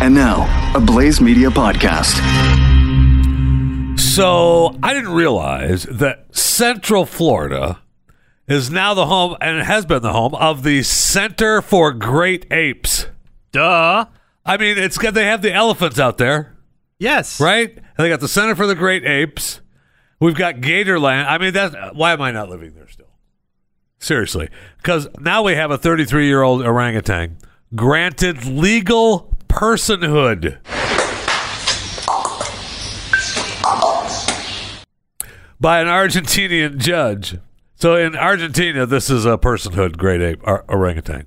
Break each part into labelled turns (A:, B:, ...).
A: And now, a Blaze Media podcast.
B: So I didn't realize that Central Florida is now the home and has been the home of the Center for Great Apes.
C: Duh.
B: I mean, it's good they have the elephants out there,
C: Yes.
B: right? And they got the Center for the Great Apes. We've got Gatorland. I mean, that's why am I not living there still? Seriously, because now we have a 33 year old orangutan granted legal personhood. by an Argentinian judge. So in Argentina, this is a personhood grade ape or- orangutan,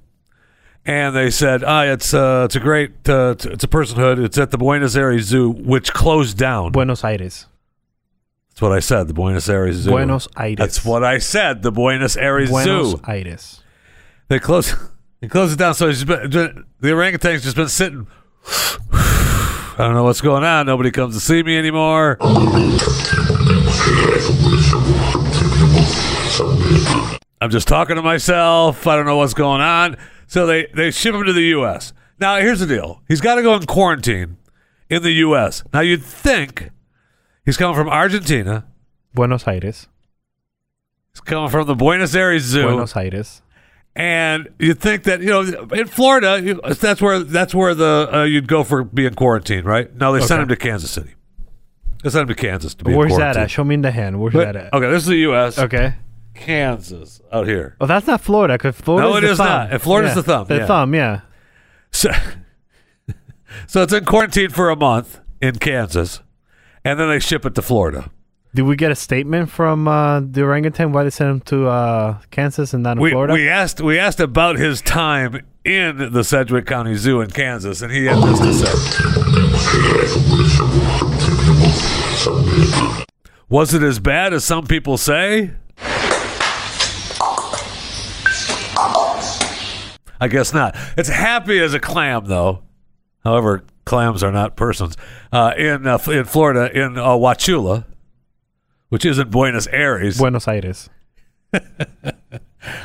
B: and they said, "Ah, it's uh, it's a great, uh, it's, it's a personhood. It's at the Buenos Aires Zoo, which closed down."
C: Buenos Aires.
B: That's what I said. The Buenos Aires Zoo.
C: Buenos Aires.
B: That's what I said. The Buenos Aires
C: Buenos
B: Zoo.
C: Aires.
B: They close. They close it down. So it's just been, the orangutan's just been sitting. I don't know what's going on. Nobody comes to see me anymore. I'm just talking to myself. I don't know what's going on. So they they ship him to the U.S. Now here's the deal. He's got to go in quarantine in the U.S. Now you'd think he's coming from Argentina.
C: Buenos Aires.
B: He's coming from the Buenos Aires Zoo.
C: Buenos Aires.
B: and you think that you know in Florida you- that's where that's where the uh, you'd go for being quarantined, right? No, they sent him to Kansas City. They sent him to Kansas to be Oh. in
C: Where's that
B: quarantine.
C: at? Show me in the hand. Where's that at?
B: Okay, this is the U.S.
C: Okay.
B: Kansas out here.
C: Oh, that's not Florida. Cause Florida
B: No,
C: is
B: it
C: the
B: is
C: thumb.
B: not. And Florida's the thumb,
C: The
B: yeah.
C: thumb. Yeah.
B: So, so it's in quarantine for a month in Kansas, and then they ship it to Florida.
C: Did we get a statement from uh, the orangutan why they sent him to uh, Kansas and not in
B: We,
C: Florida?
B: we asked we asked about his time in the Sedgwick County Zoo in Kansas, and he had this to say: Was it as bad as some people say? I guess not. It's happy as a clam, though. However, clams are not persons. Uh, in uh, in Florida, in uh, Wachula, which isn't Buenos Aires,
C: Buenos Aires.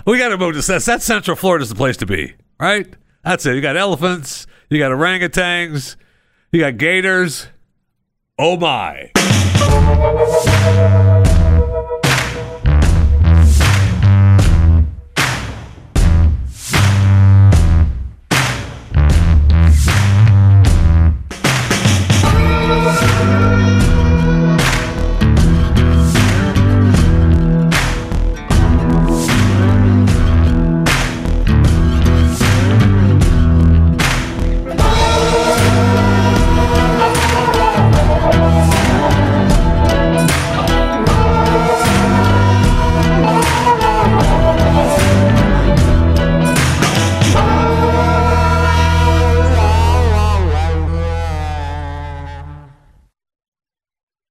B: we got to move to that's, that's Central Florida's the place to be, right? That's it. You got elephants, you got orangutans, you got gators. Oh my!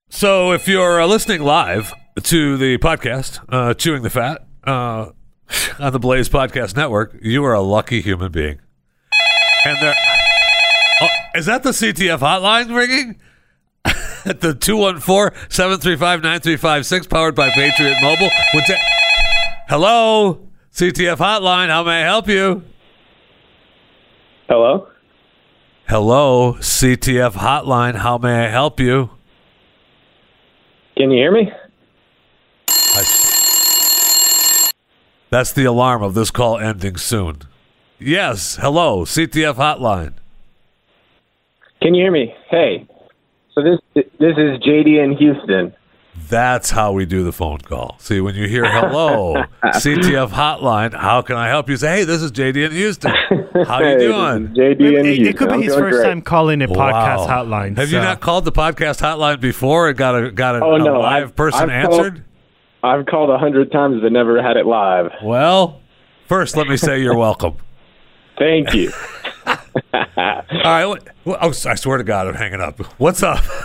B: So if you're uh, listening live to the podcast, uh, chewing the fat uh, on the Blaze Podcast Network, you are a lucky human being. And there, oh, is that the CTF hotline ringing? At the 214-735-9356, powered by Patriot Mobile. What's that? Hello, CTF hotline. How may I help you?
D: Hello.
B: Hello, CTF hotline. How may I help you?
D: Can you hear me?
B: That's the alarm of this call ending soon. Yes, hello, CTF hotline.
D: Can you hear me? Hey. So this this is JD in Houston.
B: That's how we do the phone call. See, when you hear hello, CTF hotline, how can I help you? Say, hey, this is JD in Houston. How you
D: Hey, this
B: doing?
D: is JD in
C: It,
D: Houston.
C: could be
D: I'm
C: his
D: doing
C: first
D: great.
C: time calling a podcast
B: Wow.
C: hotline.
B: Have you
C: so-
B: not called the podcast hotline before and got a got a,
D: Oh,
B: a
D: no,
B: live
D: I've-
B: person
D: I've called-
B: answered?
D: I've called a hundred times but never had it live.
B: Well, first let me say you're welcome.
D: Thank you.
B: All right. What, what- oh, I swear to God, I'm hanging up. What's up?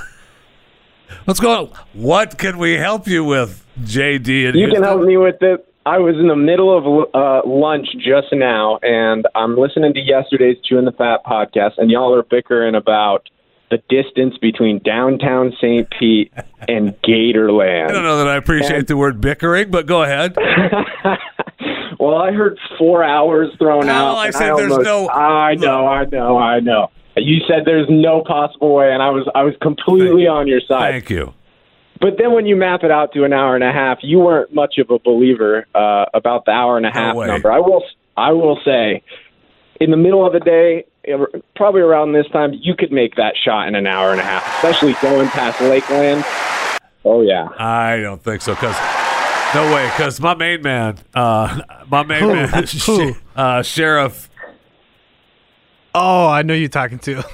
B: What's going on? What can we help you with, JD? In
D: you
B: Houston?
D: can help me with it. I was in the middle of uh, lunch just now, and I'm listening to yesterday's Chewing the Fat podcast, and y'all are bickering about the distance between downtown St. Pete and Gatorland.
B: I don't know that I appreciate the word bickering, but go ahead.
D: Well, I heard four hours thrown
B: No,
D: out.
B: Oh, I
D: and
B: said there's
D: almost-
B: no-
D: I know, I know, I know. You said there's no possible way, and I was I was completely on your side.
B: Thank you.
D: But then when you map it out to an hour and a half, you weren't much of a believer uh, about the hour and a half
B: way.
D: number. I will I will say, in the middle of the day, probably around this time, you could make that shot in an hour and a half, especially going past Lakeland. Oh yeah,
B: I don't think so. Cause no way. Cause my main man, uh, my main
C: Who?
B: man,
C: Who?
B: uh, sheriff.
C: Oh, I know you're talking to.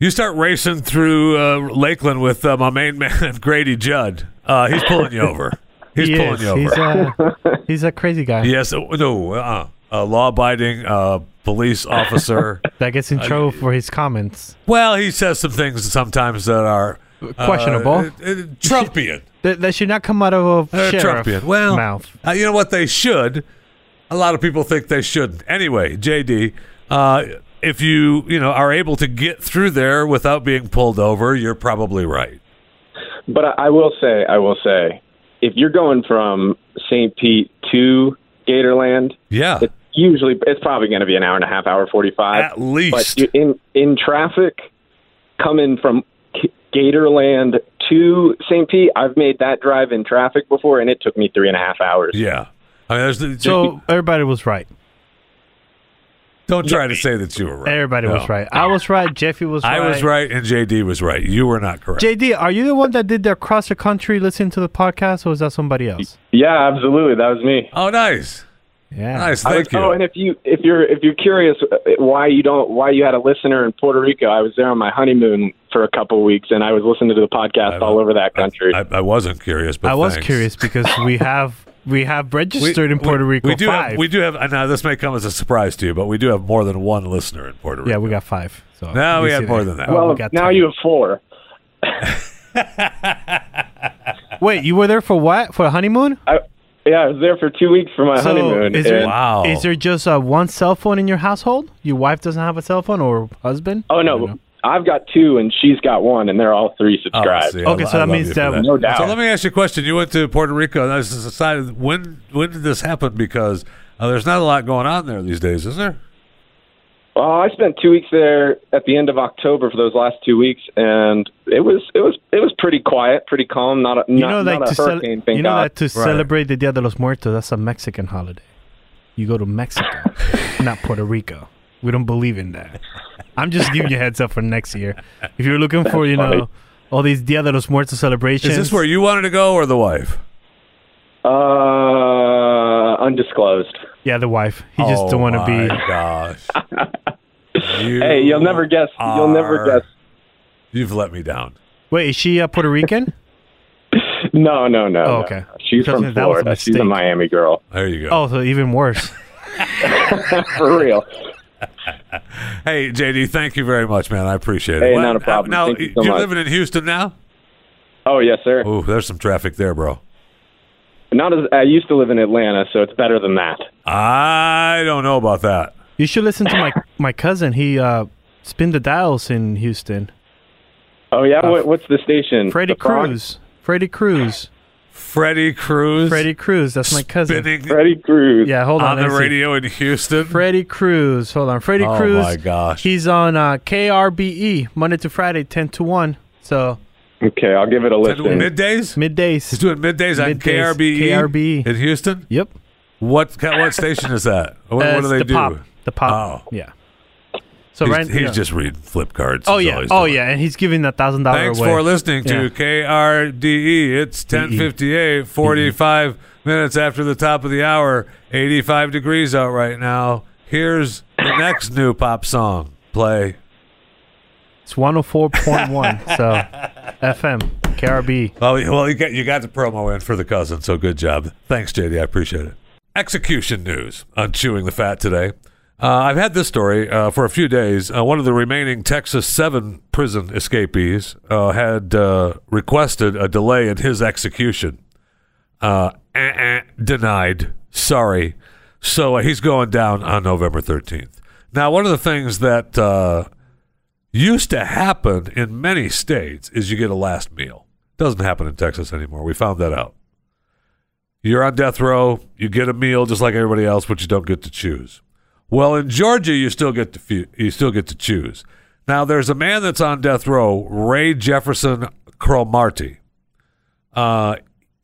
B: You start racing through uh, Lakeland with uh, my main man Grady Judd. Uh, he's pulling you over. He's
C: He
B: pulling
C: is.
B: you over.
C: He's a, he's a crazy guy
B: yes. uh, No. Uh, a law-abiding uh, police officer.
C: that gets in trouble for his comments.
B: well, he says some things sometimes that are uh,
C: Questionable.
B: uh, uh, Trumpian.
C: That, that should not come out of a
B: Uh,
C: sheriff
B: Trumpian. Well,
C: mouth.
B: uh, you know what? They should. A lot of people think they shouldn't. Anyway, JD, uh, if you you know are able to get through there without being pulled over, you're probably right.
D: but I, I will say I will say, if you're going from St. Pete to Gatorland,
B: Yeah,
D: it's usually it's probably going to be an hour and a half, hour forty five.
B: at least.
D: But you- in in traffic, coming from K- Gatorland to St. Pete, I've made that drive in traffic before, and it took me three and a half hours.
B: yeah. I mean, there's the,
C: So everybody was right.
B: don't try to say that you were right.
C: Everybody
B: No.
C: was right. I was right. Jeffy was right.
B: I was right, and JD was right. You were not correct.
C: JD, are you the one that did the across the country listening to the podcast, or was that somebody else?
D: Yeah, absolutely. That was me.
B: oh, nice,
C: Yeah.
B: nice.
D: I
B: Thank
D: was-
B: you.
D: Oh, and if you if you're if you're curious uh, why you don't why you had a listener in Puerto Rico, I was there on my honeymoon for a couple weeks, and I was listening to the podcast
B: I-
D: all over that country.
B: I, I wasn't curious, but
C: I was
B: thanks.
C: curious because we have we have
B: We-
C: registered in Puerto
B: we,
C: Rico
B: We do
C: five.
B: have. We do have. and Now this may come as a surprise to you, but we do have more than one listener in Puerto Rico.
C: yeah, we got five. So
B: No, we
C: you
B: had
C: see Oh,
B: more than that.
C: we
D: well,
C: got
D: Oh, now
C: 10.
D: you have four.
C: wait. You were there for what? For a honeymoon?
D: I, yeah, I was there for two weeks for my
C: So
D: honeymoon.
C: is
D: and-
C: there,
B: Wow.
C: is there just uh, one cell phone in your household? Your wife doesn't have a cell phone or husband?
D: oh
C: I don't know.
D: no, I've got two, and she's got one, and they're all three
B: Oh, I
D: subscribed.
B: see. I
C: Okay,
B: lo-
C: so
B: I love
C: that means
B: you for
C: that-
D: No doubt.
B: So let me ask you a question. You went to Puerto Rico. And this is a side of- when when did this happen? Because uh, there's not a lot going on there these days, is there?
D: Well, Oh, I spent two weeks there at the end of October for those last two weeks, and it was it was it was pretty quiet, pretty calm. Not a,
C: You
D: not,
C: know, like
D: not
C: to
D: a
C: cel-
D: hurricane, thank
C: you know
D: God.
C: that to celebrate the Dia de los Muertos, that's a Mexican holiday. You go to Mexico, not Puerto Rico. We don't believe in that. I'm just giving you a heads up for next year. If you're looking for, you know,
D: funny.
C: all these Dia de los Muertos celebrations,
B: Is this where you wanted to go or the wife?
D: uh, undisclosed.
C: yeah, the wife. He just
B: oh
C: don't want to be.
B: my Gosh. You
D: Hey, you'll never guess. You'll never
B: are-
D: guess.
B: You've let me down.
C: Wait, is she uh, Puerto Rican?
D: No, no, no.
C: Oh,
D: no.
C: okay.
D: She's
C: Because
D: from
C: that was a
D: Florida. She's a
C: mistake.
D: Miami girl.
B: There you go.
C: Oh, so even worse.
D: For real.
B: Hey, JD, thank you very much, man. I appreciate it.
D: Hey, not a problem.
B: Now,
D: Thank you so
B: are
D: much.
B: living in Houston now?
D: Oh yes, sir.
B: Oh, there's some traffic there, bro.
D: Not as I used to live in Atlanta, so it's better than that.
B: I don't know about that.
C: You should listen to my my cousin. He uh, spin the dials in Houston.
D: Oh yeah, what, what's the station?
C: Freddie
D: The Bronx?
C: Cruz. Freddie Cruz.
B: Freddie Cruz.
C: Freddie Cruz. That's my cousin.
B: spinning
D: Freddie Cruz.
C: Yeah, hold on.
B: on the
C: let me see.
B: radio in Houston.
C: Freddie Cruz. Hold on. Freddie
B: Oh,
C: Cruz.
B: my gosh.
C: He's on uh, KRBE Monday to Friday, 10 to 1. So
D: Okay, I'll give it a
B: Is that doing
D: listen.
B: middays? He's
C: middays.
B: doing middays on
C: Middays,
B: KRBE,
C: KRBE.
B: E in Houston.
C: Yep.
B: What ca- what station is that? What,
C: Uh,
B: what do
C: it's
B: they
C: the
B: do?
C: pop. The pop.
B: Oh.
C: Yeah. So
B: He's,
C: right
B: he's
C: yeah.
B: just reading flip cards.
C: Oh
B: is
C: yeah.
B: all he's
C: Oh
B: doing.
C: yeah, and he's giving a thousand dollar away.
B: Thanks for listening
C: Yeah.
B: to
C: E.
B: KRDE. E. It's 10:58, 45 minutes after the top of the hour. 85 degrees out right now. Here's the next new pop song. Play.
C: It's 104.1. so FM KRBE.
B: Well, you- well, you got you got the promo in for the cousin, so good job. Thanks, JD. I appreciate it. Execution news on chewing the fat today. Uh, I've had this story uh, for a few days. Uh, one of the remaining Texas Seven prison escapees uh, had uh, requested a delay in his execution. Uh, eh, eh, denied. Sorry. So uh, he's going down on November thirteenth. Now, one of the things that uh, used to happen in many states is you get a last meal. Doesn't happen in Texas anymore. We found that out. You're on death row, you get a meal just like everybody else, but you don't get to choose. Well, in Georgia, you still get to fu- you still get to choose. Now, there's a man that's on death row, Ray Jefferson Cromarty. Uh,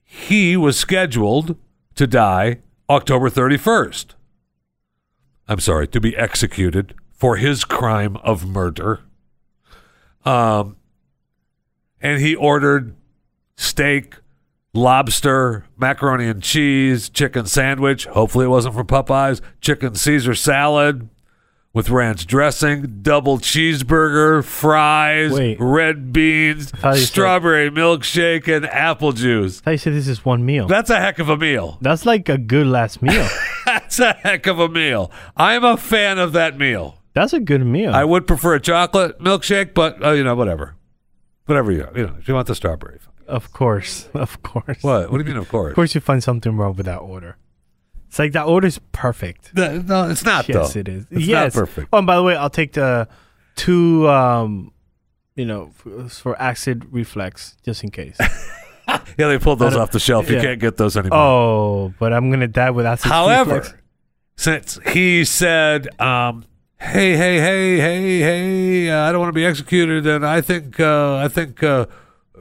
B: he was scheduled to die October 31st. I'm sorry, to be executed for his crime of murder. Um, and he ordered steak, lobster, macaroni and cheese, chicken sandwich. Hopefully, it wasn't from Popeyes. Chicken Caesar salad with ranch dressing, double cheeseburger, fries,
C: Wait.
B: red beans,
C: thought you said-
B: strawberry milkshake, and apple juice.
C: I say this is one meal.
B: That's a heck of a meal.
C: That's like a good last meal.
B: That's a heck of a meal. I'm a fan of that meal.
C: That's a good meal.
B: I would prefer a chocolate milkshake, but uh, you know, whatever, whatever you you know. If you want the strawberry, fine.
C: of course, of course.
B: what? What do you mean? Of course.
C: Of course, you find something wrong with that order. It's like that order is perfect.
B: No, no, it's not
C: Yes,
B: though.
C: it is.
B: It's
C: yes,
B: not perfect.
C: Oh, and by the way, I'll take the two, um, you know, f- for acid reflex, just in case.
B: Yeah, they pulled those
C: I don't-
B: off the shelf. You
C: yeah.
B: can't get those anymore.
C: oh, but I'm gonna die with acid
B: However,
C: reflux.
B: since he said, um, "Hey, hey, hey, hey, hey, uh, I don't want to be executed," and I think, uh, I think uh,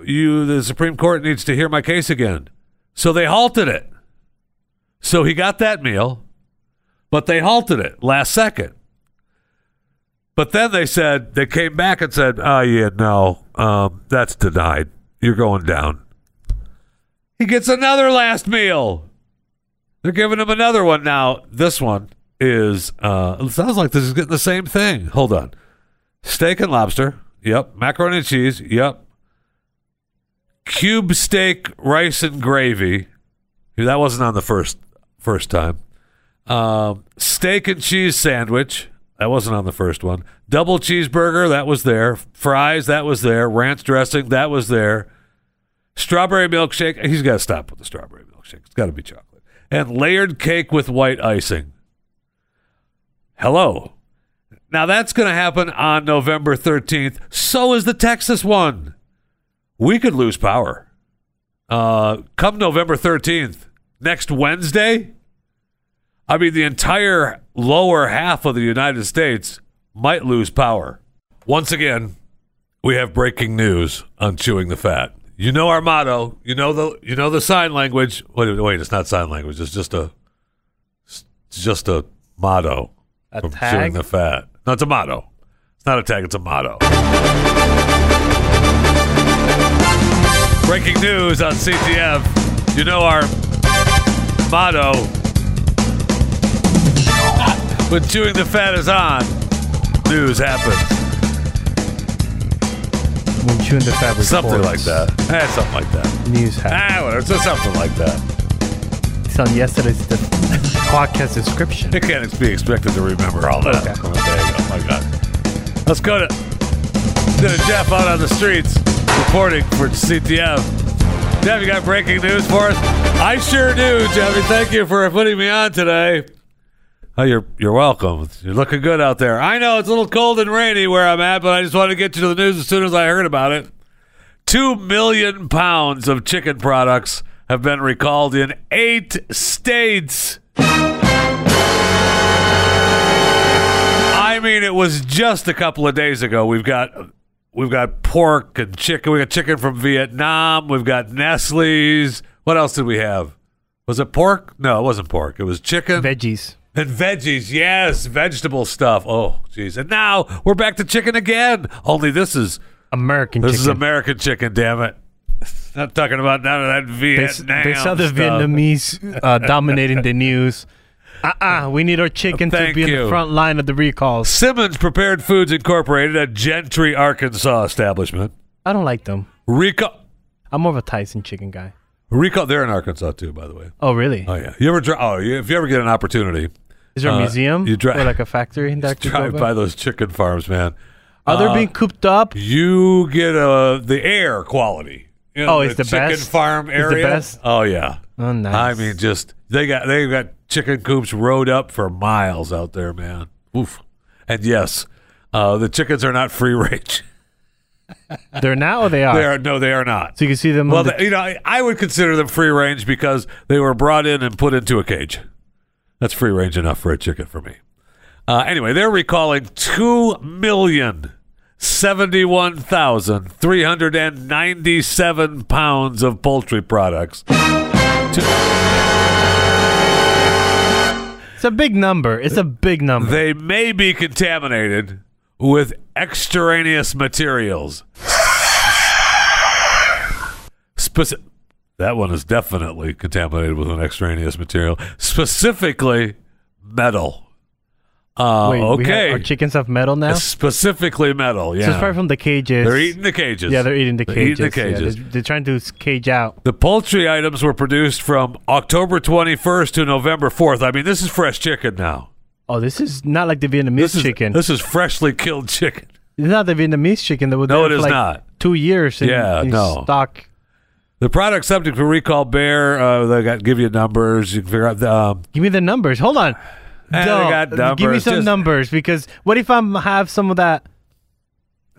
B: you, the Supreme Court, needs to hear my case again. So they halted it. So he got that meal, but they halted it last second. But then they said they came back and said, "Oh yeah, no, um, that's denied. You're going down." He gets another last meal. They're giving him another one now. This one is uh it sounds like this is getting the same thing. Hold on. Steak and lobster. Yep. Macaroni and cheese. Yep. Cube steak, rice and gravy. That wasn't on the first first time. Um, steak and cheese sandwich. That wasn't on the first one. Double cheeseburger. That was there. Fries. That was there. Ranch dressing. That was there strawberry milkshake. He's got to stop with the strawberry milkshake. It's got to be chocolate. And layered cake with white icing. Hello. Now that's going to happen on November 13th. So is the Texas one. We could lose power. Uh, come November 13th, next Wednesday, I mean, the entire lower half of the United States might lose power. Once again, we have breaking news on chewing the fat. You know our motto. You know the you know the sign language. Wait, wait, it's not sign language. It's just a it's just a motto
C: A
B: from
C: tag?
B: chewing the fat. No, it's a motto. It's not a tag. It's a motto. Breaking news on CTF. You know our motto. When chewing the fat is on, news happens.
C: when chewing the fabric,
B: Something
C: forms.
B: like that. Eh, something like that.
C: News happens.
B: Ah, whatever. So something like that.
C: It's on yesterday's de- podcast description.
B: It can't ex- be expected to remember all that. from a day. Oh my god. Let's go to, to Jeff out on the streets reporting for CTF. Jeff, you got breaking news for us? I sure do, Jeffy. Thank you for putting me on today. Oh, you're you're welcome. You're looking good out there. I know it's a little cold and rainy where I'm at, but I just wanted to get you to the news as soon as I heard about it. Two million pounds of chicken products have been recalled in eight states. I mean, it was just a couple of days ago. We've got we've got pork and chicken. We got chicken from Vietnam. We've got Nestle's. What else did we have? Was it pork? No, it wasn't pork. It was chicken.
C: Veggies.
B: And veggies, yes, vegetable stuff. Oh, jeez. And now we're back to chicken again. Only this is
C: American
B: this
C: chicken.
B: is American chicken, damn it. Not talking about none of that
C: They,
B: Vietnam.
C: they saw the
B: stuff.
C: Vietnamese uh, dominating the news. Uh-uh, we need our chicken to
B: Thank
C: be in
B: you.
C: the front line of the recalls.
B: Simmons Prepared Foods Incorporated, a Gentry, Arkansas establishment.
C: I don't like them.
B: Rico,
C: I'm more of a Tyson chicken guy.
B: Rico, they're in Arkansas too, by the way.
C: Oh, really?
B: Oh yeah, you ever drive? Oh, you, if you ever get an opportunity,
C: Is there a
B: Uh,
C: museum
B: you dri-
C: or like a factory that I could
B: drive
C: go
B: by
C: by?
B: those chicken farms, man.
C: Are they
B: uh,
C: being cooped up?
B: You get uh, the air quality. You
C: Oh, it's the
B: chicken
C: best?
B: farm
C: It's the
B: area.
C: best?
B: Oh yeah.
C: Oh, nice.
B: I mean, just they got they got chicken coops rode up for miles out there, man. Oof. And yes, uh, the chickens are not free range.
C: they're now or they are.
B: They are no, they are not.
C: So you can see them.
B: Well,
C: on the,
B: they- you know, I, I would consider them free range because they were brought in and put into a cage. That's free range enough for a chicken for me. Uh, anyway, they're recalling two million 71,397 pounds of poultry products.
C: It's a big number. It's a big number.
B: They may be contaminated with extraneous materials. Speci- that one is definitely contaminated with an extraneous material, specifically metal. Uh,
C: Wait, we have-
B: okay.
C: our chickens have metal now.
B: Specifically metal, yeah.
C: So it's probably from the cages.
B: They're eating the cages.
C: Yeah, they're eating the cages.
B: Eating the
C: Yeah,
B: cages.
C: they're, they're trying to s- cage out.
B: The poultry items were produced from October 21st to November 4th. I mean, this is fresh chicken now.
C: Oh, this is not like the Vietnamese
B: This is
C: chicken.
B: This is freshly killed chicken.
C: it's not the Vietnamese chicken that was
B: No, it
C: there for
B: is
C: like
B: not.
C: two years. In,
B: Yeah,
C: in
B: no.
C: stock.
B: The product subject to recall bear. Uh, they got give you numbers. You can figure out the. Um,
C: Give me the numbers. Hold
B: Eh,
C: on.
B: they
C: No,
B: got
C: Give me
B: numbers.
C: some
B: Just-
C: numbers because what if I have some of that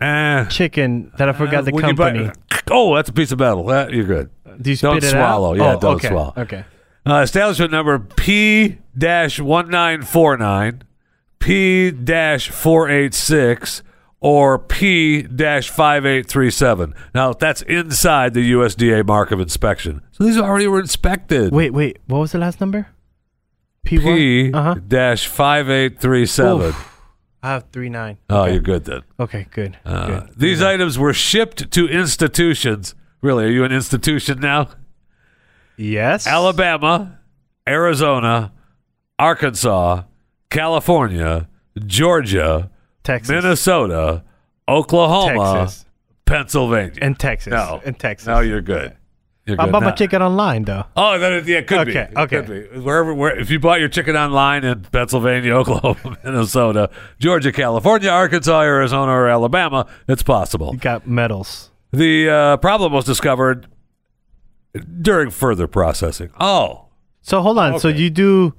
B: eh,
C: chicken that I forgot the
B: when Eh, you bite-
C: company?
B: oh, that's a piece of metal. That, you're good.
C: Do you spit
B: Don't
C: it
B: swallow.
C: out?
B: Yeah,
C: Oh,
B: don't
C: okay.
B: swallow.
C: Okay.
B: Uh, establishment number P 1949, P 486, or P 5837. Now, that's inside the USDA mark of inspection. So these already were inspected.
C: Wait, wait. What was the last number? P
B: P
C: one. Uh huh.
B: 5837.
C: I have three nine.
B: Oh, you're good then.
C: Okay, good.
B: Uh,
C: good.
B: these items were shipped to institutions. Really, are you an institution now?
C: Yes.
B: Alabama, Arizona, Arkansas, California, Georgia,
C: Texas,
B: Minnesota, Oklahoma,
C: Texas,
B: Pennsylvania.
C: and Texas.
B: no,
C: and Texas.
B: No, you're good. You're
C: I
B: good.
C: bought my
B: No.
C: chicken online though.
B: Oh, then it, yeah, it could be.
C: Okay,
B: It
C: okay.
B: could be. Wherever, where, if you bought your chicken online in Pennsylvania, Oklahoma, Minnesota, Georgia, California, Arkansas, Arizona, or Alabama, it's possible.
C: You got medals.
B: The uh, problem was discovered during further processing. Oh,
C: So hold on. So
B: Okay.
C: you do,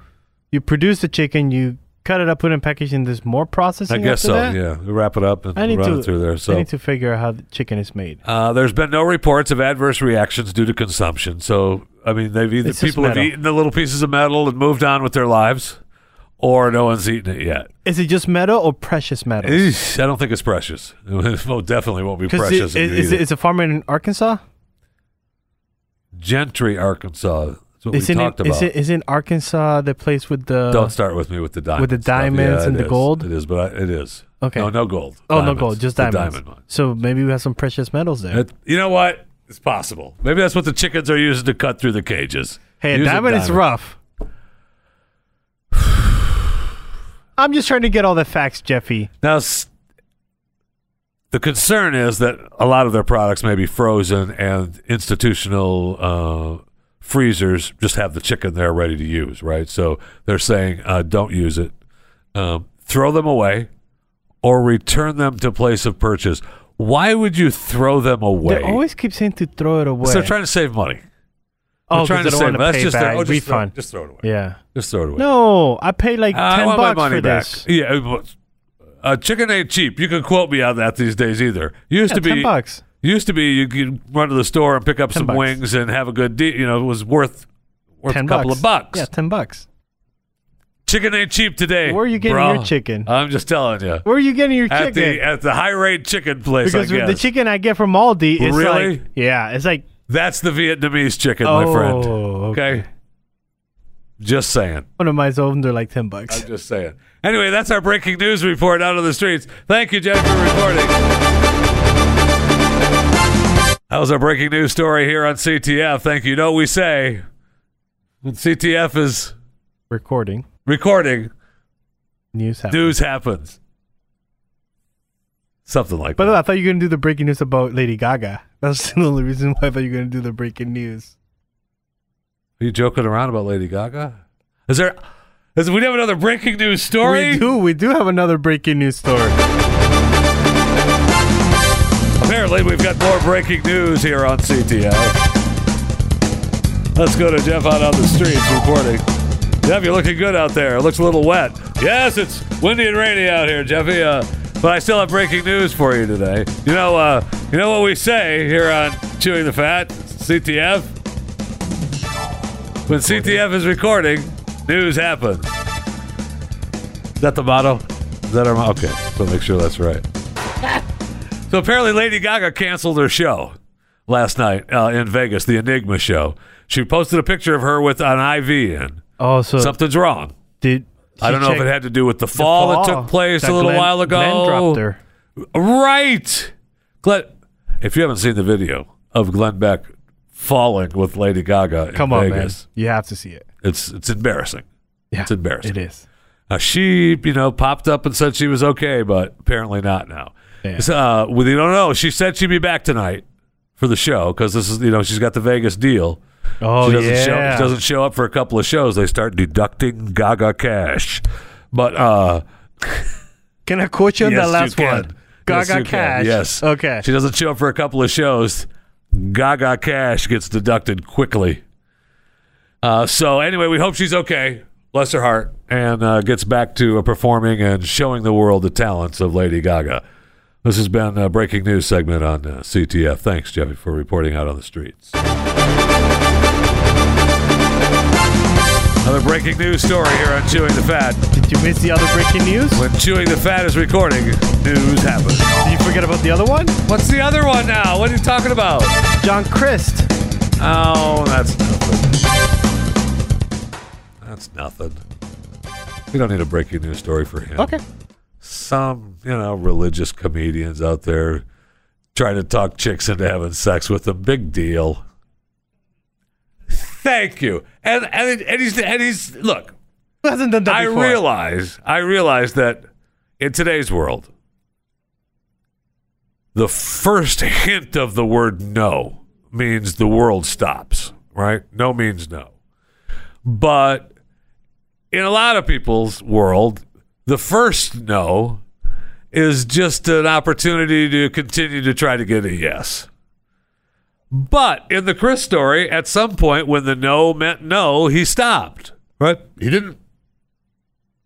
C: you produce the chicken, you cut it up, put it in packaging. There's more processing.
B: I guess
C: after
B: so.
C: that?
B: Yeah, We wrap it up and
C: I need
B: run
C: to
B: it through there.
C: I
B: So
C: need to figure out how the chicken is made.
B: uh, there's been no reports of adverse reactions due to consumption. So I mean, they've either
C: It's just
B: people have
C: metal.
B: eaten the little pieces of metal and moved on with their lives, or no one's eaten it yet.
C: Is it just metal or precious metals?
B: Eesh, I don't think it's precious. It mo- definitely won't be
C: Because
B: precious. if you
C: is,
B: eat it.
C: is a farmer in Arkansas? Gentry,
B: Gentry, Arkansas. That's what
C: Is
B: we
C: it,
B: talked
C: in,
B: about.
C: is it is in Arkansas the place with the?
B: don't start with me with the diamonds.
C: with the
B: stuff. Yeah,
C: diamonds and
B: it
C: the
B: is.
C: gold?
B: It is, but I, it is.
C: Okay.
B: No, no gold.
C: oh
B: Diamonds.
C: no, gold, just
B: The
C: diamonds.
B: diamond one.
C: So maybe we have some precious metals there.
B: That- you know what? It's possible. Maybe that's what the chickens are using to cut through the cages.
C: Hey, a
B: Use a
C: diamond is
B: diamond.
C: rough. I'm just trying to get all the facts, Jeffy.
B: Now, s- the concern is that a lot of their products may be frozen, and institutional uh, freezers just have the chicken there ready to use, right? So they're saying, uh, don't use it, um, throw them away, or return them to place of purchase. Why would you throw them away?
C: They always keep saying to throw it away.
B: So they're trying to save money.
C: oh,
B: they're trying to
C: 'cause they
B: save.
C: don't
B: money.
C: want
B: That's
C: to pay
B: just
C: back.
B: their, oh, just throw-
C: refund.
B: just throw it away.
C: yeah.
B: Just throw it away.
C: No, I paid like
B: Uh, I
C: ten
B: want
C: bucks
B: my money
C: for
B: back.
C: this.
B: Yeah, it was- uh, chicken ain't cheap. You can quote me on that these days either. Used
C: Yeah,
B: to be
C: ten bucks.
B: Used to be you could run to the store and pick up
C: 10
B: some
C: bucks.
B: wings and have a good deal. You know, it was worth worth
C: ten
B: a couple
C: bucks.
B: of bucks.
C: Yeah, ten bucks.
B: Chicken ain't cheap today.
C: Where are you getting
B: bro.
C: your chicken?
B: I'm just telling you.
C: Where are you getting your
B: At
C: chicken?
B: the at the high rate chicken place,
C: because
B: I guess.
C: the chicken I get from Aldi is
B: Really?
C: like yeah, it's like
B: That's the Vietnamese chicken, my
C: Oh,
B: friend.
C: okay.
B: Just saying.
C: one of my own. They're like ten bucks.
B: I'm just saying. Anyway, that's our breaking news report out of the streets. Thank you, Jen, for reporting. That was our breaking news story here on CTF. Thank you. No, we say when CTF is
C: Recording recording
B: recording,
C: news. Happens.
B: news happens. Something like
C: By the
B: that.
C: way, I thought you were gonna do the breaking news about Lady Gaga. That's the only reason why I thought you were gonna do the breaking news. uh,
B: Are you joking around about Lady Gaga? Is there? Is we have another breaking news story?
C: We do, we do have another breaking news story.
B: Apparently, we've got more breaking news here on CTF. Let's go to Jeff out on the streets reporting. Jeff, you're looking good out there. It looks a little wet. Yes, it's windy and rainy out here, Jeffy. Uh, but I still have breaking news for you today. You know, uh, you know what we say here on Chewing the Fat, CTF. When CTF is recording, news happens. Is that the motto? Is that our motto? Okay, so make sure that's right. So apparently, Lady Gaga canceled her show last night uh, in Vegas, the Enigma show. She posted a picture of her with an IV in.
C: Oh, so
B: Something's wrong.
C: did
B: I don't know if it had to do with the fall, that took place a little while ago.
C: Glenn dropped her.
B: Right. Glenn, if you haven't seen the video of Glenn Beck falling with Lady Gaga in
C: Come on,
B: Vegas,
C: man. You have to see it.
B: it's it's embarrassing.
C: Yeah,
B: It's embarrassing.
C: It is.
B: Now, Uh, she, you know, popped up and said she was okay, but apparently not now.
C: Yeah.
B: So, Uh, well, you don't know. She said she'd be back tonight for the show because this is, you know, she's got the Vegas deal.
C: Oh
B: she doesn't
C: yeah.
B: show she doesn't show up for a couple of shows. They start deducting Gaga cash. But uh,
C: Can I quote you on
B: yes,
C: that
B: you
C: last
B: can.
C: one?
B: Yes,
C: Gaga
B: you can.
C: Cash.
B: Yes.
C: Okay.
B: She doesn't show up for a couple of shows. Gaga cash gets deducted quickly. Uh, so anyway, we hope she's okay. Bless her heart, and uh, gets back to uh, performing and showing the world the talents of Lady Gaga. This has been a breaking news segment on uh, CTF. Thanks, Jeffy, for reporting out on the streets. Another breaking news story here on Chewing the Fat.
C: Did you miss the other breaking news?
B: When Chewing the Fat is recording, news happens.
C: Did you forget about the other one?
B: What's the other one now? What are you talking about?
C: John Christ.
B: Oh, that's nothing. That's nothing. We don't need a breaking news story for him.
C: Okay.
B: Some, you know, religious comedians out there trying to talk chicks into having sex with them. Big deal. Thank you. And and, and he's and he's look,
C: Who hasn't done that
B: I
C: before?
B: realize I realize that in today's world, the first hint of the word no means the world stops, right? No means no. But in a lot of people's world, the first no is just an opportunity to continue to try to get a yes. But in the Chris story, at some point when the no meant no, he stopped. Right? He didn't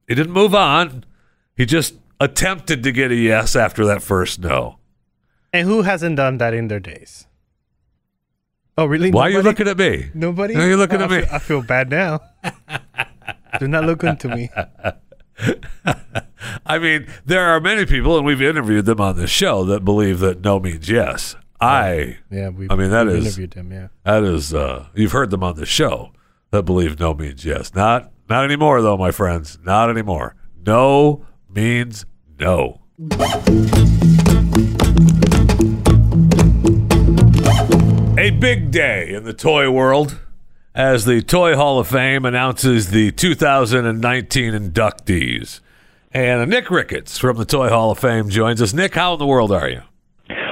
B: he didn't move on. He just attempted to get a yes after that first no.
C: And who hasn't done that in their days? Oh, really?
B: Why are you
C: Nobody?
B: looking at me?
C: Nobody?
B: Why are you looking
C: I
B: at me?
C: Feel, I feel bad now. Do not look into me.
B: I mean, there are many people, and we've interviewed them on this show, that believe that no means yes. I,
C: Yeah, we.
B: I mean, that
C: we
B: is-
C: interviewed him. Yeah.
B: that is, uh, you've heard them on the show that believe no means yes. Not, not anymore, though, my friends. Not anymore. No means no. A big day in the toy world as the Toy Hall of Fame announces the 2019 inductees. And Nick Ricketts from the Toy Hall of Fame joins us. Nick, how in the world are you?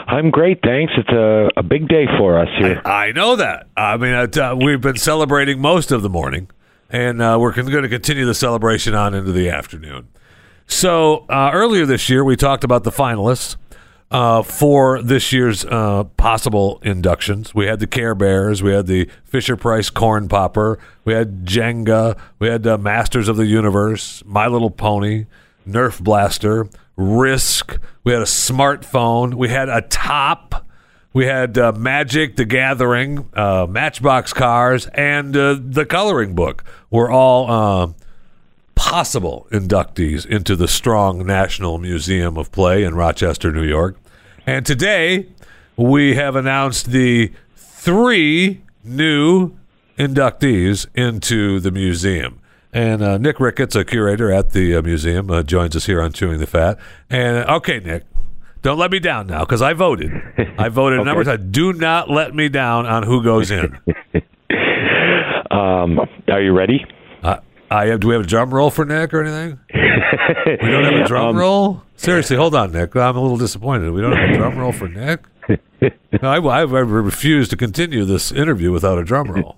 E: I'm great, thanks. It's a, a big day for us here.
B: I know that. I mean, it, uh, we've been celebrating most of the morning, and uh, we're going to continue the celebration on into the afternoon. So uh, earlier this year, we talked about the finalists uh, for this year's uh, possible inductions. We had the Care Bears, we had the Fisher Price Corn Popper, we had Jenga, we had uh, Masters of the Universe, My Little Pony, Nerf Blaster, Risk. We had a smartphone. We had a top. We had uh, Magic, The Gathering, uh, Matchbox Cars, and uh, the coloring book were all uh, possible inductees into the Strong National Museum of Play in Rochester, New York. And today we have announced the three new inductees into the museum. And uh, Nick Ricketts, a curator at the uh, museum, uh, joins us here on Chewing the Fat. And okay, Nick, don't let me down now because I voted. I voted a number of times. Do not let me down on who goes in.
E: Um, are you ready?
B: I, I have, Uh, do we have a drum roll for Nick or anything? We don't have a drum
E: Um,
B: roll. Seriously, hold on, Nick. I'm a little disappointed. We don't have a drum roll for Nick. No, I, I, I refuse to continue this interview without a drum roll.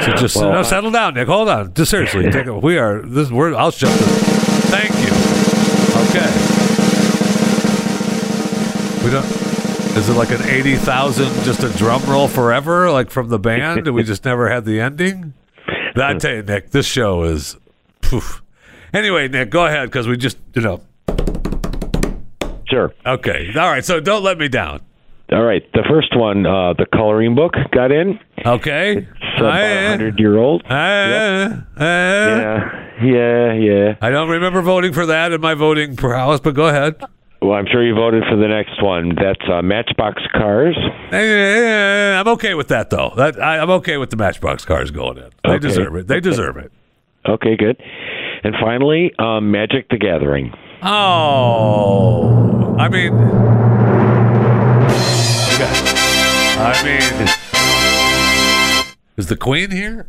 B: So just
E: Well,
B: no,
E: I-
B: settle down, Nick. Hold on. Just seriously, take a, we are this. We're I'll shut this. Thank you. Okay. We don't. Is it like an eighty thousand? Just a drum roll forever, like from the band? and we just never had the ending. I
E: Hmm.
B: tell you, Nick, this show is. Poof. Anyway, Nick, go ahead because we just you know.
E: Sure.
B: Okay, all right. So don't let me down.
E: All right. The first one, uh, the coloring book, got in.
B: Okay.
E: It's
B: Ah,
E: about a hundred year old.
B: Uh-huh. I,
E: Yeah, yeah, yeah.
B: I don't remember voting for that in my voting prowess, but go ahead.
D: Well, I'm sure you voted for the next one. That's uh, Matchbox Cars.
B: Eh, I'm okay with that though. That I, I'm okay with the Matchbox cars going in. They
D: Okay.
B: deserve it. They deserve it.
D: Okay, good. And finally, um, Magic the Gathering.
B: Oh, I mean, I mean, is the queen here?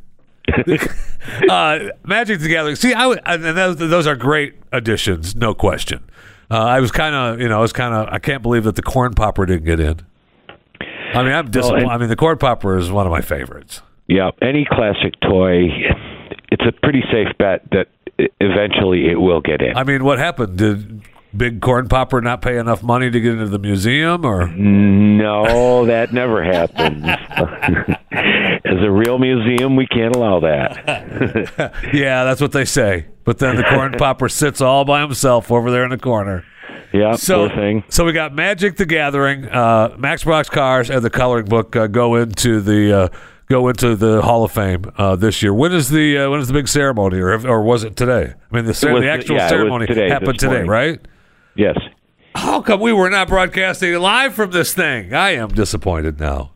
B: uh, Magic the Gathering. See, I would, and those, those are great additions, no question. Uh, I was kind of, you know, I was kind of, I can't believe that the corn popper didn't get in. I mean, I'm disappointed.
D: and-
B: I mean, the corn popper is one of my favorites.
D: Yeah, any classic toy, it's a pretty safe bet that e- eventually it will get in.
B: I mean, what happened? Did Big Corn Popper not pay enough money to get into the museum, or?
D: No, that never happens. As a real museum, we can't allow that.
B: Yeah, that's what they say. But then the corn popper sits all by himself over there in the corner.
D: Yeah,
B: So,
D: poor thing.
B: so we got Magic the Gathering, uh, Max Box Cars, and the coloring book uh, go into the uh, go into the Hall of Fame uh, this year. When is the uh, when is the big ceremony, or or was it today? I mean, the, cer-
D: It was-
B: the actual
D: yeah, it was
B: ceremony
D: today,
B: happened
D: this
B: today,
D: morning.
B: right?
D: Yes.
B: How come we were not broadcasting live from this thing? I am disappointed now.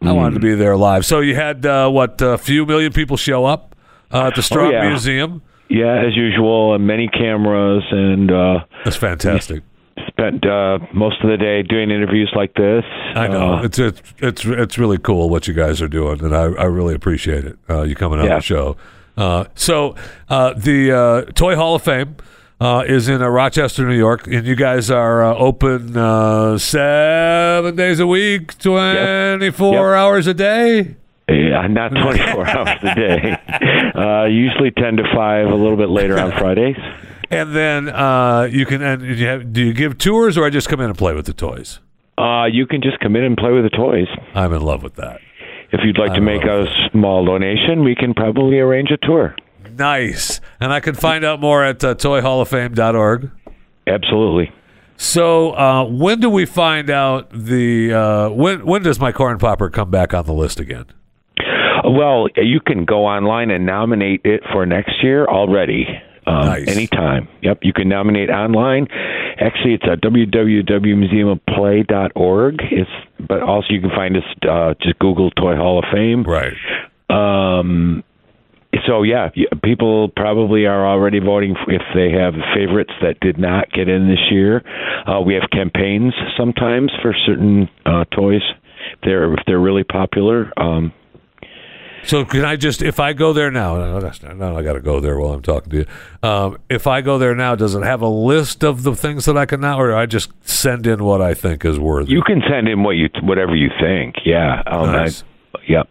D: Hmm.
B: I wanted to be there live. So you had uh, what a few million people show up uh, at the Strong
D: Oh, yeah.
B: Museum.
D: Yeah, as usual, and many cameras, and uh,
B: That's fantastic.
D: spent uh, most of the day doing interviews like this.
B: I know
D: Uh,
B: it's, it's it's it's really cool what you guys are doing, and I, I really appreciate it. Uh, you coming on
D: Yeah.
B: the show. Uh, so uh, the uh, Toy Hall of Fame uh, is in uh, Rochester, New York, and you guys are uh, open uh, seven days a week, twenty four
D: Yep.
B: hours a day.
D: yeah, not 24 hours a day. Uh, usually 10 to 5, a little bit later on Fridays.
B: And then uh, you can. And you have, do you give tours, or I just come in and play with the toys?
D: Uh, you can just come in and play with the toys.
B: I'm in love with that.
D: If you'd like
B: I
D: to make
B: love
D: a small donation, we can probably arrange a tour.
B: Nice. And I can find out more at uh, toyhalloffame.org.
D: Absolutely.
B: So uh, when do we find out the uh, when when does my corn popper come back on the list again?
D: Well, you can go online and nominate it for next year already. Um,
B: Nice.
D: Anytime. Yep, you can nominate online. Actually, it's at E www.museumofplay.org. It's but also you can find us uh, just Google Toy Hall of Fame.
B: Right.
D: Um, so yeah, y- people probably are already voting f- if they have favorites that did not get in this year. Uh, we have campaigns sometimes for certain uh, toys. If they're if they're really popular. Um,
B: So can I just if I go there now? No, that's not, no I got to go there while I'm talking to you. Um, if I go there now, does it have a list of the things that I can now, or do I just send in what I think is worthy?
D: you can send in what you whatever you think. Yeah. Um,
B: Nice.
D: I, yep.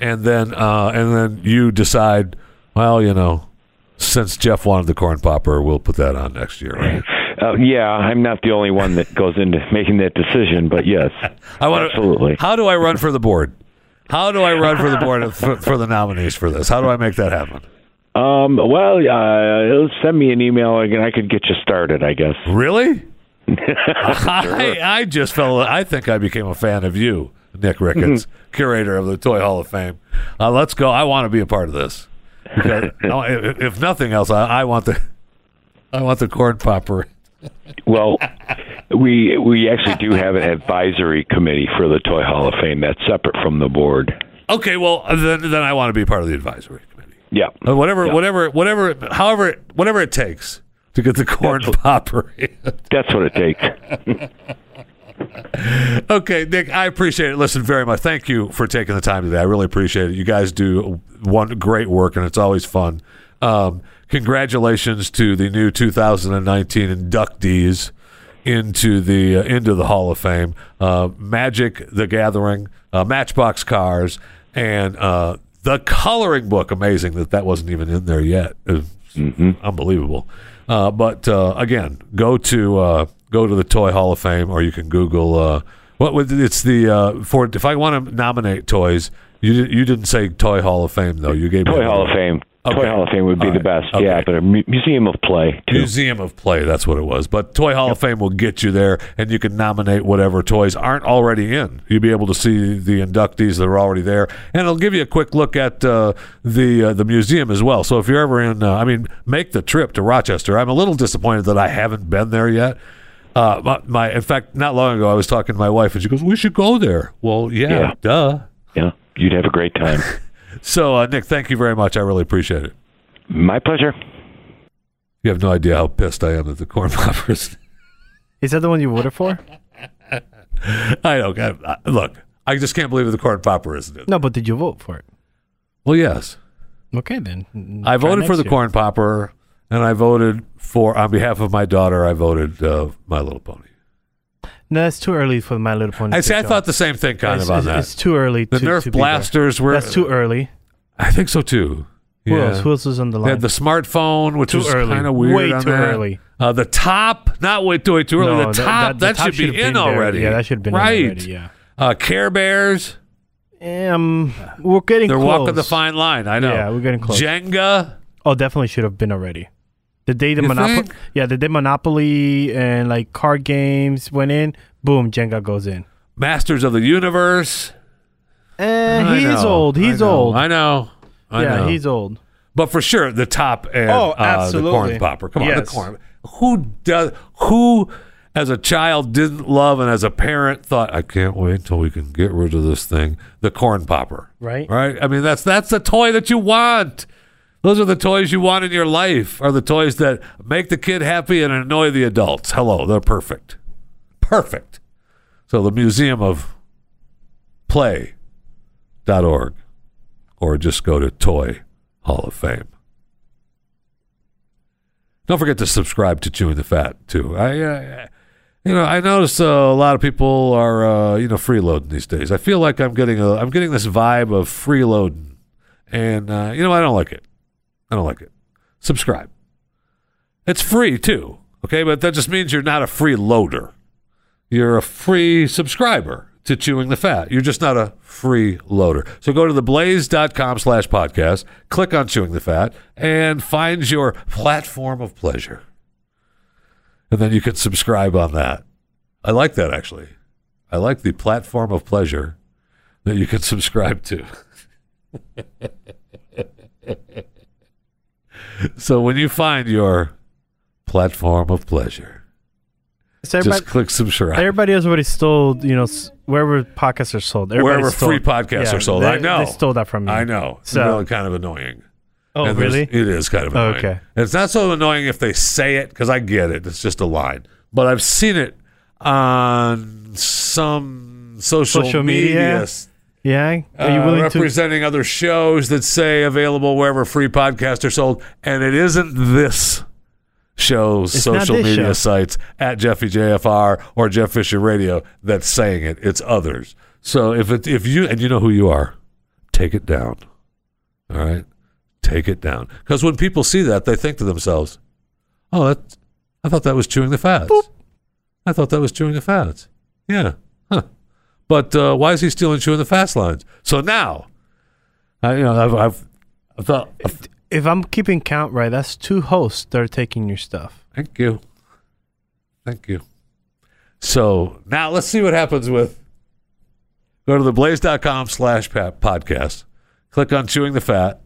B: and then uh, and then you decide. Well, you know, since Jeff wanted the corn popper, we'll put that on next year. Right?
D: Uh, yeah, I'm not the only one that goes into making that decision, but yes,
B: I want
D: Absolutely.
B: How do I run for the board? How do I run for the board for, for the nominees for this? How do I make that happen?
D: Um, well, uh, send me an email and I could get you started. I guess.
B: Really? I, I just fell. I think I became a fan of you, Nick Ricketts, curator of the Toy Hall of Fame. Uh, let's go. I want to be a part of this. Because- no, i- i- if nothing else, I, I want the I want the corn popper.
D: Well, we we actually do have an advisory committee for the Toy Hall of Fame that's separate from the board.
B: Okay, well then then I want to be part of the advisory committee.
D: Yeah.
B: Uh, whatever, whatever, whatever, however, whatever it takes to get the corn popper. in.
D: That's what it takes.
B: Okay, Nick, I appreciate it. Listen, very much. Thank you for taking the time today. I really appreciate it. You guys do one great work, and it's always fun. Um, congratulations to the new 2019 inductees into the uh, into the Hall of Fame: uh, Magic the Gathering, uh, Matchbox Cars, and uh, the Coloring Book. Amazing that that wasn't even in there yet. Uh, It's
D: Mm-hmm.
B: unbelievable. Uh, but uh, again, go to uh, go to the Toy Hall of Fame, or you can Google uh, what would it's the uh, for. If I want to nominate toys, you di- you didn't say Toy Hall of Fame though. You gave me
D: Toy
B: another
D: Hall of
B: one.
D: Fame. Toy
B: Okay.
D: Hall of Fame would be
B: All
D: the
B: right.
D: best.
B: Okay.
D: Yeah, but a mu- museum of play too.
B: Museum of Play, that's what it was. But Toy Hall of Fame will get you there, and you can nominate whatever toys aren't already in. You'll be able to see the inductees that are already there, and it'll give you a quick look at uh, the uh, the museum as well. So if you're ever in, uh, I mean, make the trip to Rochester. I'm a little disappointed that I haven't been there yet. Uh, my, my, in fact, not long ago, I was talking to my wife, and she goes, "We should go there." Well, yeah,
E: Yeah.
B: duh.
E: Yeah, you'd have a great time.
B: So, uh, Nick, thank you very much. I really appreciate it.
E: My pleasure.
B: You have no idea how pissed I am that the corn poppers.
C: Is that the one you voted for?
B: I don't I, I- look. I just can't believe that the corn popper isn't it.
C: No, but did you vote for it?
B: Well, yes,
C: Okay, then. Mm,
B: I
C: try
B: voted for
C: next
B: the
C: year.
B: corn popper, and I voted for on behalf of my daughter. I voted uh, My Little Pony.
C: No, it's too early for My Little Pony.
B: I
C: to
B: see. I
C: judge.
B: thought the same thing, kind
C: it's,
B: of on
C: it's,
B: that.
C: It's too early.
B: the
C: to,
B: Nerf
C: to be there.
B: blasters were.
C: That's too early.
B: I think so too.
C: Who
B: Yeah.
C: else? Who else is on the
B: They had
C: line?
B: the smartphone, which
C: Too
B: was
C: early.
B: kind of weird.
C: Way
B: on
C: too
B: that.
C: early.
B: Uh, the top, not wait, too, wait, too early.
C: No,
B: the
C: that-
B: top,
C: that- the
B: that,
C: top
B: should be
C: should've been
B: in
C: there.
B: already.
C: Yeah, that should've been in
B: right.
C: already, yeah.
B: Uh, Care Bears,
C: Um, we're getting
B: they're
C: close.
B: walking the fine line. I know.
C: Yeah, we're getting close.
B: Jenga.
C: Oh, definitely should have been already. The day the
B: You
C: Monopoly,
B: think?
C: yeah, the day Monopoly and like card games went in, boom, Jenga goes in.
B: Masters of the Universe.
C: Eh,
B: I
C: he's
B: know,
C: old.
B: I
C: He's
B: know,
C: old.
B: I know. I
C: yeah,
B: know.
C: he's old.
B: but for sure, the top and
C: Oh,
B: uh, the corn
C: absolutely.
B: popper. Come on, the
C: Yes.
B: corn. Who does? Who, as a child, didn't love, and as a parent, thought, "I can't wait till we can get rid of this thing." The corn popper,
C: Right.
B: Right. I mean, that's that's the toy that you want. Those are the toys you want in your life. Are the toys that make the kid happy and annoy the adults. Hello, they're perfect, perfect. So the Museum of Play dot org, or just go to Toy Hall of Fame. Don't forget to subscribe to Chewing the Fat too. I, uh, you know, I notice uh, a lot of people are, uh, you know, freeloading these days. I feel like I'm getting a, I'm getting this vibe of freeloading, and uh, you know, I don't like it. I don't like it. Subscribe. It's free too. Okay, but that just means you're not a freeloader. You're a free subscriber to Chewing the Fat. You're just not a free loader. So go to theblaze.com slash podcast, click on Chewing the Fat, and find your platform of pleasure. And then you can subscribe on that. I like that actually. I like the platform of pleasure that you can subscribe to. so when you find your platform of pleasure,
C: So
B: just
C: everybody,
B: click subscribe.
C: everybody has already stole, you know, s- wherever podcasts are sold. Everybody
B: wherever
C: stole-
B: free podcasts
C: yeah,
B: are sold.
C: They,
B: I know.
C: They stole that from me.
B: I know. It's
C: So-
B: really kind of annoying.
C: Oh,
B: And there's-
C: really?
B: It is kind of annoying.
C: Okay.
B: It's not so annoying if they say it because I get it. It's just a line. But I've seen it on some social,
C: Social
B: media.
C: media? yeah. Are you
B: uh,
C: willing to?
B: representing other shows that say available wherever free podcasts are sold, and it isn't this show's
C: It's not
B: social
C: this
B: media
C: show.
B: sites at Jeffy JFR or Jeff Fisher Radio that's saying it. It's others. So if it if you and you know who you are, take it down. All right, take it down. Because when people see that, they think to themselves, "Oh, that I thought that was chewing the fats. I thought that was chewing the fats. Yeah, huh." But uh, why is he stealing chewing the fast lines? So now, I, you know, I've, I've, I've thought. I've-
C: If I'm keeping count right, that's two hosts that are taking your stuff.
B: thank you, thank you. So now let's see what happens with. Go to theblaze.com slash pa- podcast. Click on Chewing the Fat.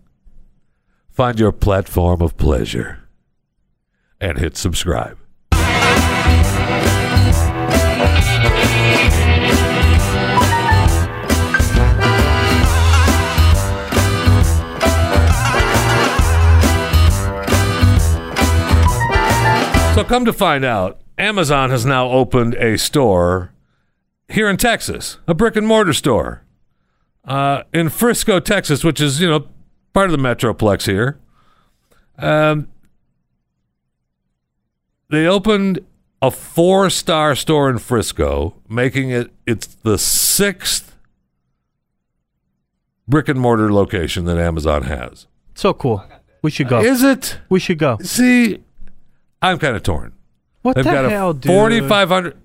B: Find your platform of pleasure and hit subscribe. So come to find out, Amazon has now opened a store here in Texas, a brick and mortar store uh, in Frisco, Texas, which is you know part of the metroplex here. Um, they opened a four-star store in Frisco, making it it's the sixth brick and mortar location that Amazon has.
C: So cool. We should go.
B: Is it?
C: we should go.
B: See, I'm kind of torn.
C: What
B: They've
C: the
B: got
C: hell,
B: a
C: dude?
B: 4,500.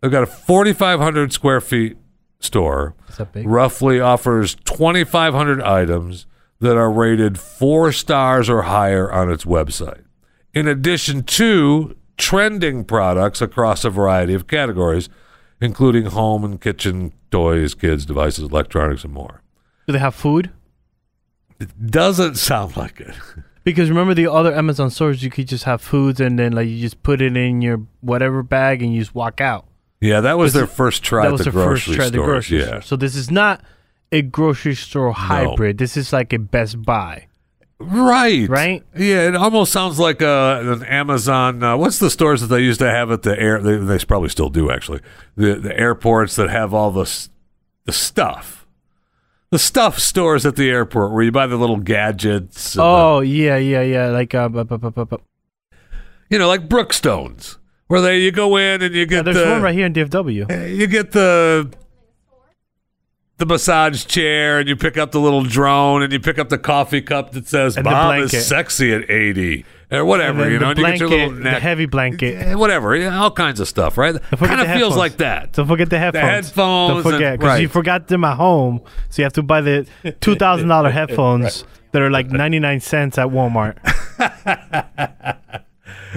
B: They've got a 4,500 square feet store.
C: Is that big?
B: Roughly offers 2,500 items that are rated four stars or higher on its website. In addition to trending products across a variety of categories, including home and kitchen toys, kids, devices, electronics, and more.
C: Do they have food?
B: Doesn't sound like it.
C: Because remember the other Amazon stores, you could just have foods and then like you just put it in your whatever bag and you just walk out.
B: Yeah, that was
C: This
B: their
C: is-
B: first try
C: that
B: at
C: was
B: the
C: the first
B: grocery
C: try at the
B: stores.
C: grocery
B: yeah.
C: store. So this is not a grocery store hybrid. This is like a Best Buy.
B: Right.
C: Right?
B: Yeah, it almost sounds like uh, an Amazon. Uh, what's the stores that they used to have at the air? They, they probably still do, actually. The, the airports that have all the, s- the stuff. The stuff stores at the airport where you buy the little gadgets. and the-
C: Oh yeah, yeah, yeah. Like uh, bu- bu- bu- bu- bu-
B: you know, like Brookstones, where they you go in and you
C: Yeah,
B: get
C: there's
B: the
C: one right here in DFW.
B: Uh, you get the the massage chair and you pick up the little drone and you pick up the coffee cup that says
C: And the
B: Bob is
C: blanket.
B: sexy at 80 or whatever,
C: And
B: you
C: then
B: know,
C: the
B: and you get your little
C: blanket,
B: neck
C: the heavy blanket.
B: Eh, whatever, yeah, all kinds of stuff, right?
C: Don't forget
B: Kind of
C: the
B: feels
C: headphones.
B: like that.
C: Don't forget the headphones.
B: headphones
C: Don't
B: and-
C: forget because you
B: right.
C: forgot them at home, so you have to buy the two thousand dollar headphones that are like ninety nine cents at Walmart.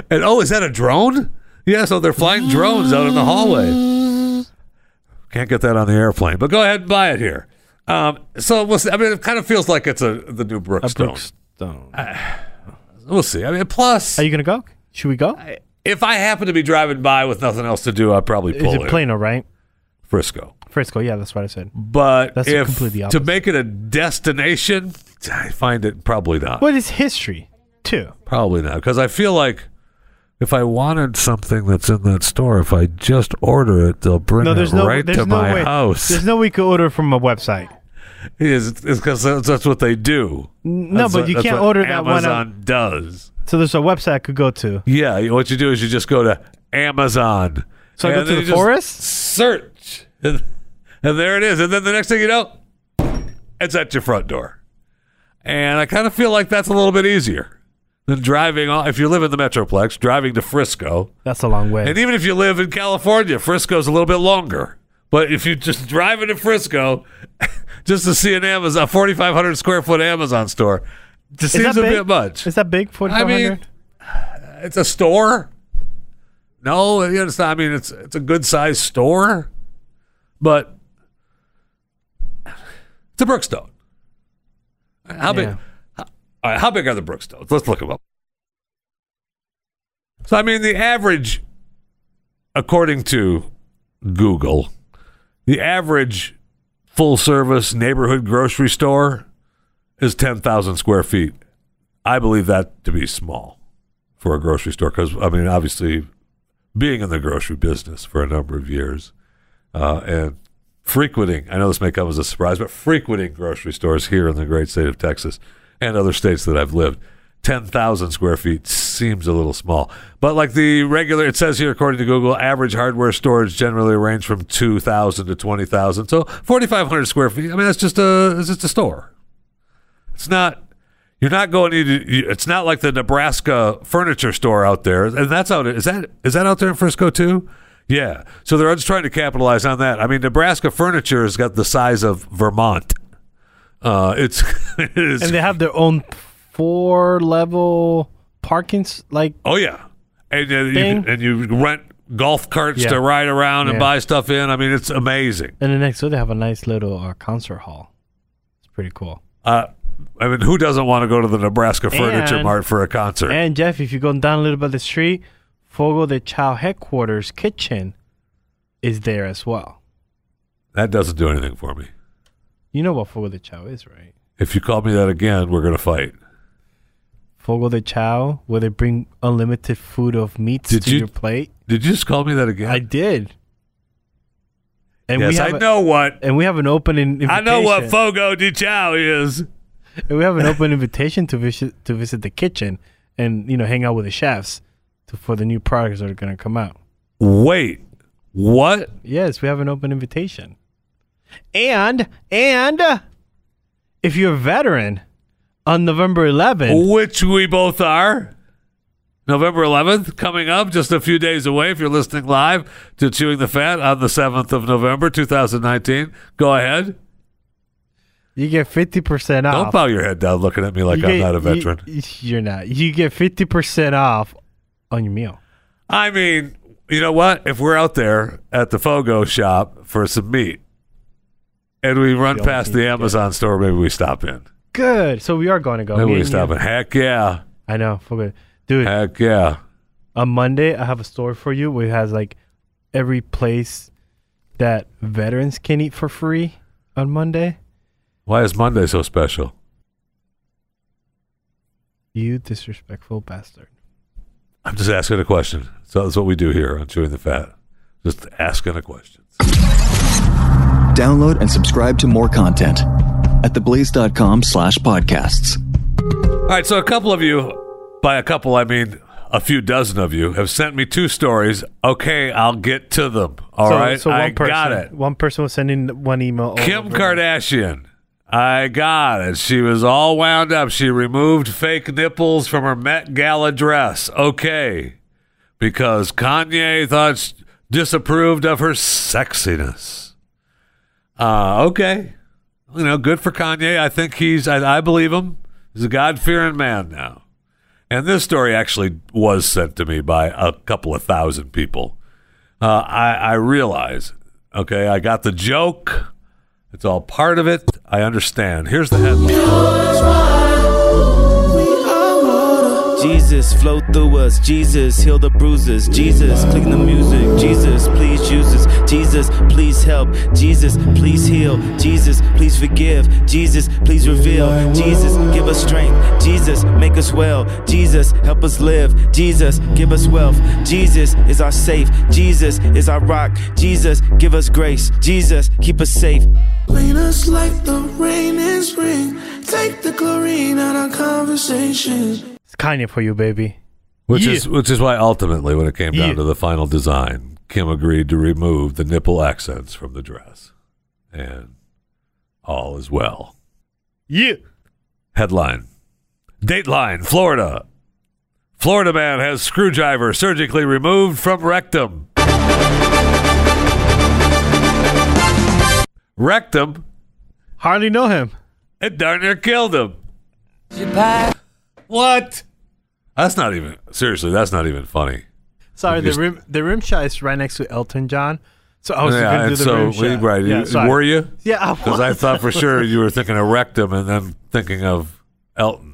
B: And oh, is that a drone? Yeah, so they're flying drones out in the hallway. Can't get that on the airplane, but go ahead and buy it here. Um, so we'll see. I mean, it kind of feels like it's a the new Brookstone.
C: Brookstone.
B: We'll see. I mean, plus,
C: Are you gonna go? Should we go?
B: if I happen to be driving by with nothing else to do, I'd probably
C: Is
B: pull
C: it Plano, right?
B: Frisco.
C: Frisco. Yeah, that's what I said.
B: But
C: That's
B: if
C: completely
B: to
C: opposite.
B: make it a destination, I find it probably not.
C: What is history too?
B: Probably not because I feel like if I wanted something that's in that store, if I just order it, they'll bring
C: No,
B: it
C: there's no.
B: right
C: there's
B: to
C: no
B: my
C: way.
B: house.
C: There's no way you could order from a website.
B: It is because that's, that's what they do.
C: N- No,
B: That's
C: but
B: what-
C: you
B: that's
C: can't
B: what
C: order that one. out-
B: Amazon does.
C: So there's a website I could go to.
B: Yeah, you- what you do is you just go to Amazon.
C: So I
B: and
C: go to
B: then
C: the
B: you just
C: forest?
B: search, and, and there it is. And then the next thing you know, it's at your front door. And I kind of feel like that's a little bit easier than driving. All, if you live in the metroplex, driving to Frisco,
C: That's a long way.
B: and even if you live in California, Frisco's a little bit longer. But if you just drive into Frisco just to see an Amazon, 4,500 square foot Amazon store, just
C: Is
B: seems a
C: that big?
B: bit much.
C: Is that big? Forty
B: I
C: five
B: mean,
C: hundred.
B: it's a store. No, you know, it's not. I mean, it's it's a good sized store, but it's a Brookstone. How big?
C: Yeah.
B: How, all right, how big are the Brookstones? Let's look them up. So, I mean, the average, according to Google, the average full service neighborhood grocery store is 10,000 square feet. I believe that to be small for a grocery store because, I mean, obviously, being in the grocery business for a number of years uh, and frequenting, I know this may come as a surprise, but frequenting grocery stores here in the great state of Texas and other states that I've lived, 10,000 square feet seems a little small. But like the regular, it says here, according to Google, average hardware storage generally range from 2,000 to 20,000. So 4,500 square feet, I mean, that's just a, it's just a store. It's not. You're not going to. you- It's not like the Nebraska furniture store out there, and that's out. Is that is that out there in Frisco too? Yeah. So they're just trying to capitalize on that. I mean, Nebraska furniture has got the size of Vermont. Uh, it's it is.
C: And they have their own four level parking s- like
B: oh yeah, and uh, you,
C: Thing.
B: and you rent golf carts
C: Yeah.
B: to ride around and
C: Yeah.
B: buy stuff in. I mean, it's amazing.
C: and the next door they have a nice little uh, concert hall. It's pretty cool.
B: Uh, I mean, who doesn't want to go to the Nebraska Furniture
C: And-
B: Mart for a concert?
C: And Jeff, if you go down a little bit the street, Fogo de Chao headquarters kitchen is there as well.
B: that doesn't do anything for me.
C: You know what Fogo de Chao is, right?
B: If you call me that again, we're gonna fight.
C: Fogo de Chao, where they bring unlimited food of meats
B: Did
C: to
B: you-
C: your plate.
B: Did you just call me that again?
C: I did. And
B: yes,
C: we have
B: I
C: a-
B: know what.
C: and we have an open in-
B: I know what
C: invitation.
B: Fogo de Chao is.
C: And we have an open invitation to visit to visit the kitchen and you know hang out with the chefs to, for the new products that are going to come out.
B: Wait, what?
C: Yes, we have an open invitation. And and uh, if you're a veteran, on November 11th,
B: Which we both are. November 11th, coming up just a few days away. If you're listening live to Chewing the Fat on the 7th of November, 2019, go ahead.
C: you get 50% off.
B: Don't bow your head down looking at me like
C: You
B: I'm
C: get-
B: not a veteran.
C: You, you're not. You get 50% off on your meal.
B: I mean, you know what? If we're out there at the Fogo shop for some meat and we run
C: Y'all
B: past
C: need
B: the Amazon store, maybe we stop in.
C: good. So we are going to go.
B: Nobody's
C: Yeah, yeah.
B: stopping. Heck yeah.
C: I know. fuck it. Dude,
B: Heck yeah.
C: on Monday I have a story for you where it has like every place that veterans can eat for free on Monday.
B: Why is Monday so special?
C: You disrespectful bastard.
B: I'm just asking a question. So that's what we do here on Chewing the Fat. Just asking a question.
A: Download and subscribe to more content at theblaze.com slash podcasts.
B: All right, so a couple of you, by a couple I mean a few dozen of you, have sent me two stories. Okay, I'll get to them. All
C: so,
B: right,
C: so one
B: I
C: person,
B: got it.
C: One person was sending one email. all
B: Kim
C: over.
B: Kardashian. I got it. She was all wound up. She removed fake nipples from her Met Gala dress. Okay. Because Kanye thought s- disapproved of her sexiness. Uh, okay. You know, good for Kanye. I think he's, I, I believe him. He's a God fearing man now. And this story actually was sent to me by a couple of thousand people. Uh, I, I realize, okay, I got the joke. It's all part of it. I understand. Here's the headline.
F: Jesus, flow through us. Jesus, heal the bruises. Jesus, click the music. Jesus, please use us. Jesus, please help. Jesus, please heal. Jesus, please forgive. Jesus, please reveal. Jesus, give us strength. Jesus, make us well. Jesus, help us live. Jesus, give us wealth. Jesus is our safe. Jesus is our rock. Jesus, give us grace. Jesus, keep us safe.
G: Lean us like the rain in spring. Take the chlorine out of conversations.
C: It's Kanye for you, baby.
B: Which
C: Yeah.
B: is which is why ultimately when it came down
C: Yeah.
B: to the final design, Kim agreed to remove the nipple accents from the dress. And all is well.
C: Yeah.
B: Headline. Dateline, Florida. Florida man has screwdriver surgically removed from rectum. Rectum,
C: Hardly know him.
B: it darn near killed him. What? That's not even seriously. That's not even funny.
C: Sorry, the
B: Just-
C: rim the rim shot is right next to Elton John. Oh, So I was
B: yeah,
C: going to do
B: and
C: the
B: so
C: rim
B: we,
C: shot.
B: right?
C: yeah,
B: you-
C: sorry.
B: were you?
C: Yeah, I
B: Because I thought for sure you were thinking of rectum and then thinking of Elton.